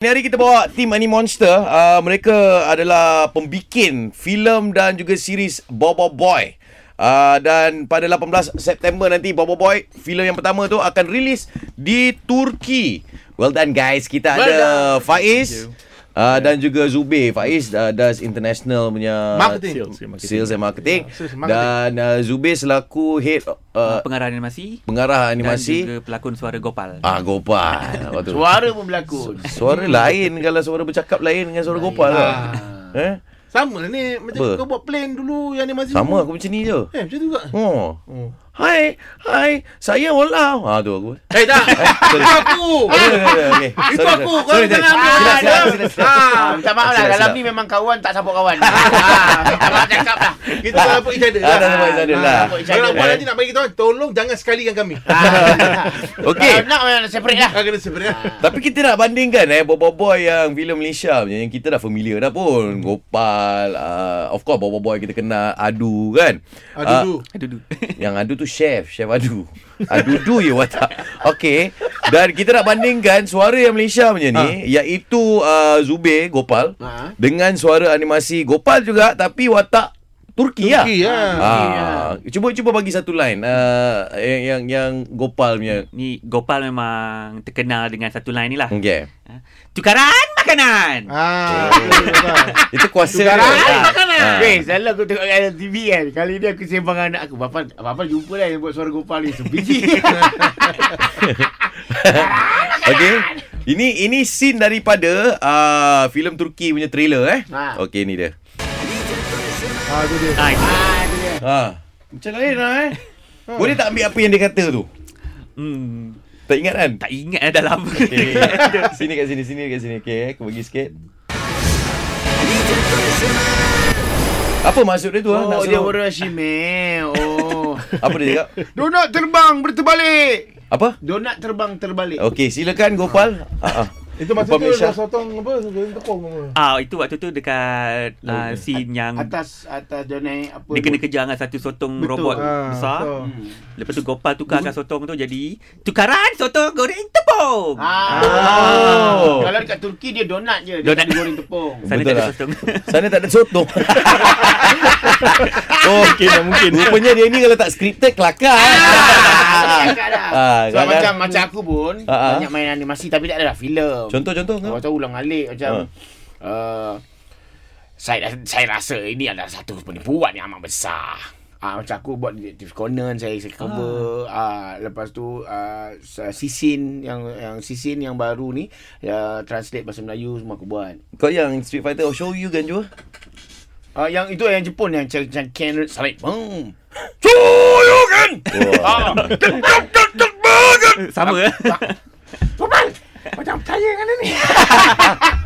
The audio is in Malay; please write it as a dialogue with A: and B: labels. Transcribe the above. A: Ini hari kita bawa tim Ani Monster. Uh, mereka adalah pembikin filem dan juga series Bobo Boy. Uh, dan pada 18 September nanti Bobo Boy filem yang pertama tu akan rilis di Turki. Well done guys. Kita
B: Well
A: ada
B: done.
A: Faiz Uh, dan juga Zubir Faiz uh, does international punya
B: Marketing.
A: sales, sales and marketing
B: Yeah, sales and
A: dan uh, Zubir selaku head uh,
C: pengarah Eh, animasi
A: pengarah
C: dan
A: animasi
C: juga pelakon suara Gopal.
A: ah Gopal Lepas tu-
B: Suara pun berlakon.
A: Suara lain kalau suara bercakap lain dengan suara Gopal lah. Eh?
B: Sama lah ni. Macam
A: Apa?
B: kau buat plan dulu yang animasi.
A: Sama
B: dulu.
A: aku macam ni je.
B: Eh, macam tu juga.
A: Oh.
B: Oh.
A: Hai, hai, saya Ola. Ha tu aku.
B: Eh, tak. Itu aku.
A: Okay.
B: Itu aku. Kau jangan ambil.
A: Silap, silap,
B: Ah,
A: silap,
B: ah,
A: silap.
D: Minta maaf lah
A: Silap,
D: Kalau
A: silap.
D: ni memang kawan Tak support kawan Ah, Minta maaf cakap lah
B: Kita tak nampak each other
A: Ah, dah nampak
B: lah.
A: each other
D: Ah,
A: lah.
D: nampak each
B: Kalau
D: other.
B: nak buat
A: Eh.
B: nanti nak bagi tahu Tolong jangan sekalikan kami
A: Ah. Okey.
D: Kalau nak memang separate lah
B: Kau kena sebenarnya
A: Tapi kita nak bandingkan eh Bobo Boy yang filem Malaysia punya yang kita dah familiar dah pun. Gopal, uh, of course Bobo Boy kita kenal Adu kan.
B: Aduh
A: Ah,
B: dulu
C: Aduh, aduh.
A: Yang adu tu chef, chef adu. Adu du ya watak. Okey. Dan kita nak bandingkan suara yang Malaysia punya ni ha. iaitu uh, Zubir Gopal ha.
B: Ha.
A: dengan suara animasi Gopal juga tapi watak Turki,
B: Turki
A: lah.
B: lah.
A: Ah, cuba cuba bagi satu line uh, yang yang yang Gopal punya.
C: Ni Gopal memang terkenal dengan satu line ni lah.
A: Okey.
C: Ha? Tukaran makanan.
B: Ah,
A: Itu kuasa
B: Tukaran
A: Ah.
D: makanan.
A: Ah.
D: eh, lah. Weh, selalu aku tengok kat TV kan. Kali ni aku sembang dengan anak aku. Bapak, bapak jumpa lah yang buat suara gopal ni. Sebiji.
A: Okey. Ini ini scene daripada uh, filem Turki punya trailer eh.
D: Ha.
A: Okey ni dia.
B: ah, tu dia.
C: Ha, itu.
D: Ah, tu dia.
A: Ha. Macam lain lah eh. Boleh tak ambil apa yang dia kata tu?
C: Hmm,
A: Tak ingat kan?
C: tak ingat dah dah lama.
A: Okay. sini kat sini, sini kat sini. Okay, eh, aku bagi sikit. Apa maksud dia tu? ah?
D: Oh,
A: Nak
D: dia
A: suruh-
D: orang Shime. Oh.
A: Apa dia cakap?
D: Donat terbang berterbalik.
A: Apa?
D: Donat terbang terbalik.
A: Okey, silakan Gopal. Ha.
B: Itu masa
A: Upah
B: tu
A: Malaysia.
B: dah sotong apa, sotong tekong apa.
C: Ah, itu waktu tu dekat uh, scene yang
D: Atas atas donai apa?
C: dia kena kejar dengan satu sotong
D: Betul.
C: robot
B: Ah,
C: besar. Hmm.
B: betul.
C: Lepas tu Gopal tukarkan sotong tu jadi tukaran sotong goreng tepung.
D: Ah.
A: Oh.
D: Kalau dekat Turki dia donat je. Dia
C: Donat.
D: donat. goreng tepung.
C: Sana
A: Betul
C: tak ada
A: lah.
C: sotong.
A: Sana tak ada sotong. oh, mungkin
C: lah,
A: tak mungkin. Rupanya dia ni kalau tak scripted kelakar.
D: Ah, cakap dah.
A: Ah,
D: Sebab
A: kadang-
D: macam macam aku pun
A: Ah, ah.
D: banyak main animasi tapi tak ada dah filem.
A: Contoh-contoh Ah. kau.
D: Kau tahu ulang alik macam uh, saya saya rasa ini adalah satu penipuan yang amat besar. Ah macam aku buat Detective Conan saya, saya cover ah. lepas tu ah, sa- Sisin yang yang Sisin yang baru ni ya translate bahasa Melayu semua aku buat.
A: Kau yang Street Fighter oh, show you kan jua.
D: Ah yang itu yang Jepun yang macam macam Ken Salib. Boom.
A: Shoyugan.
D: Ah.
C: Sama eh.
D: Popal. Macam percaya kan ni.